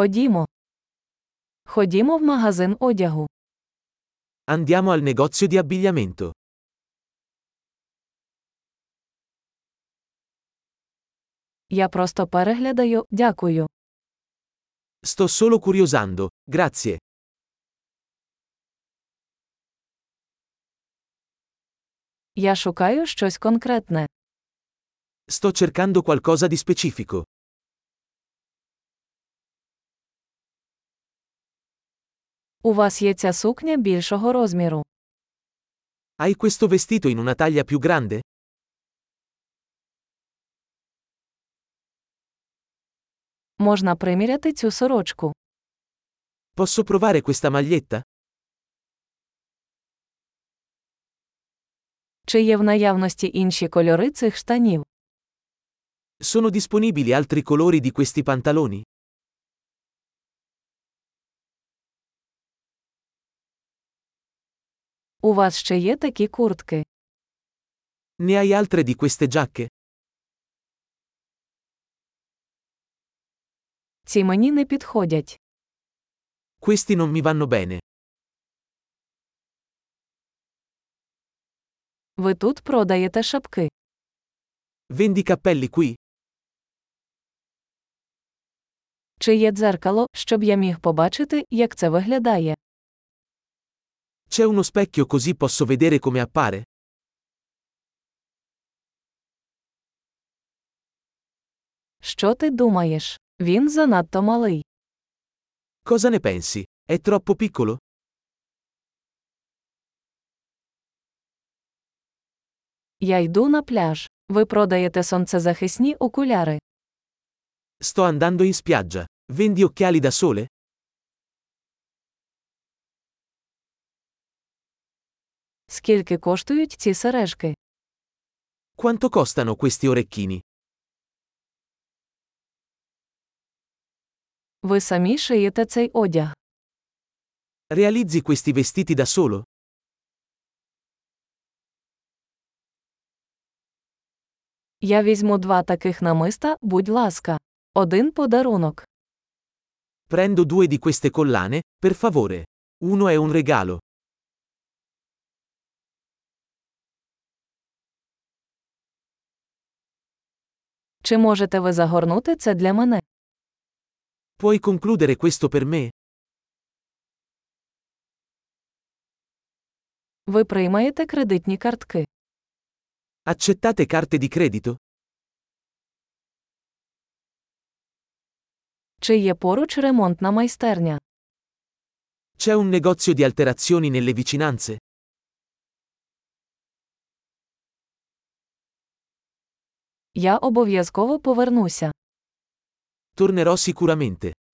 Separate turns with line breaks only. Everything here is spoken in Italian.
Ходімо. Ходімо в магазин одягу.
Andiamo al negozio di abbigliamento.
Я просто переглядаю, дякую.
Sto solo curiosando, grazie.
Я шукаю щось конкретне.
Sto cercando qualcosa di specifico.
У вас є ця сукня більшого розміру.
Hai questo vestito in una taglia più grande?
Можна приміряти цю сорочку.
Posso provare questa maglietta?
Чи є в наявності інші кольори цих штанів?
Sono disponibili altri colori di questi pantaloni?
У вас ще є такі куртки.
Ne hai altre di queste giacche?
Ці мені не підходять.
Questi non mi vanno bene.
Ви тут продаєте шапки.
Vendi cappelli qui?
Чи є дзеркало, щоб я міг побачити, як це виглядає?
C'è uno specchio così posso vedere come appare?
Що ти думаєш? Він занадто малий.
Cosa ne pensi? È troppo piccolo?
Я йду на пляж. Ви продаєте сонцезахисні окуляри.
Sto andando in spiaggia. Vendi occhiali da sole?
Скільки коштують ці сережки?
Quanto costano questi orecchini?
Ви самі шиєте цей одяг.
Realizzi questi vestiti da solo?
Я візьму два таких намиста, будь ласка. Один подарунок.
Prendo due di queste collane, per favore. Uno è un regalo.
Чи можете ви загорнути це для мене?
Puoi concludere questo per me?
Ви приймаєте кредитні картки.
Accettate carte di credito?
Чи є поруч ремонтна майстерня?
C'è un negozio di alterazioni nelle vicinanze?
Я обов'язково повернуся.
Tornerò sicuramente.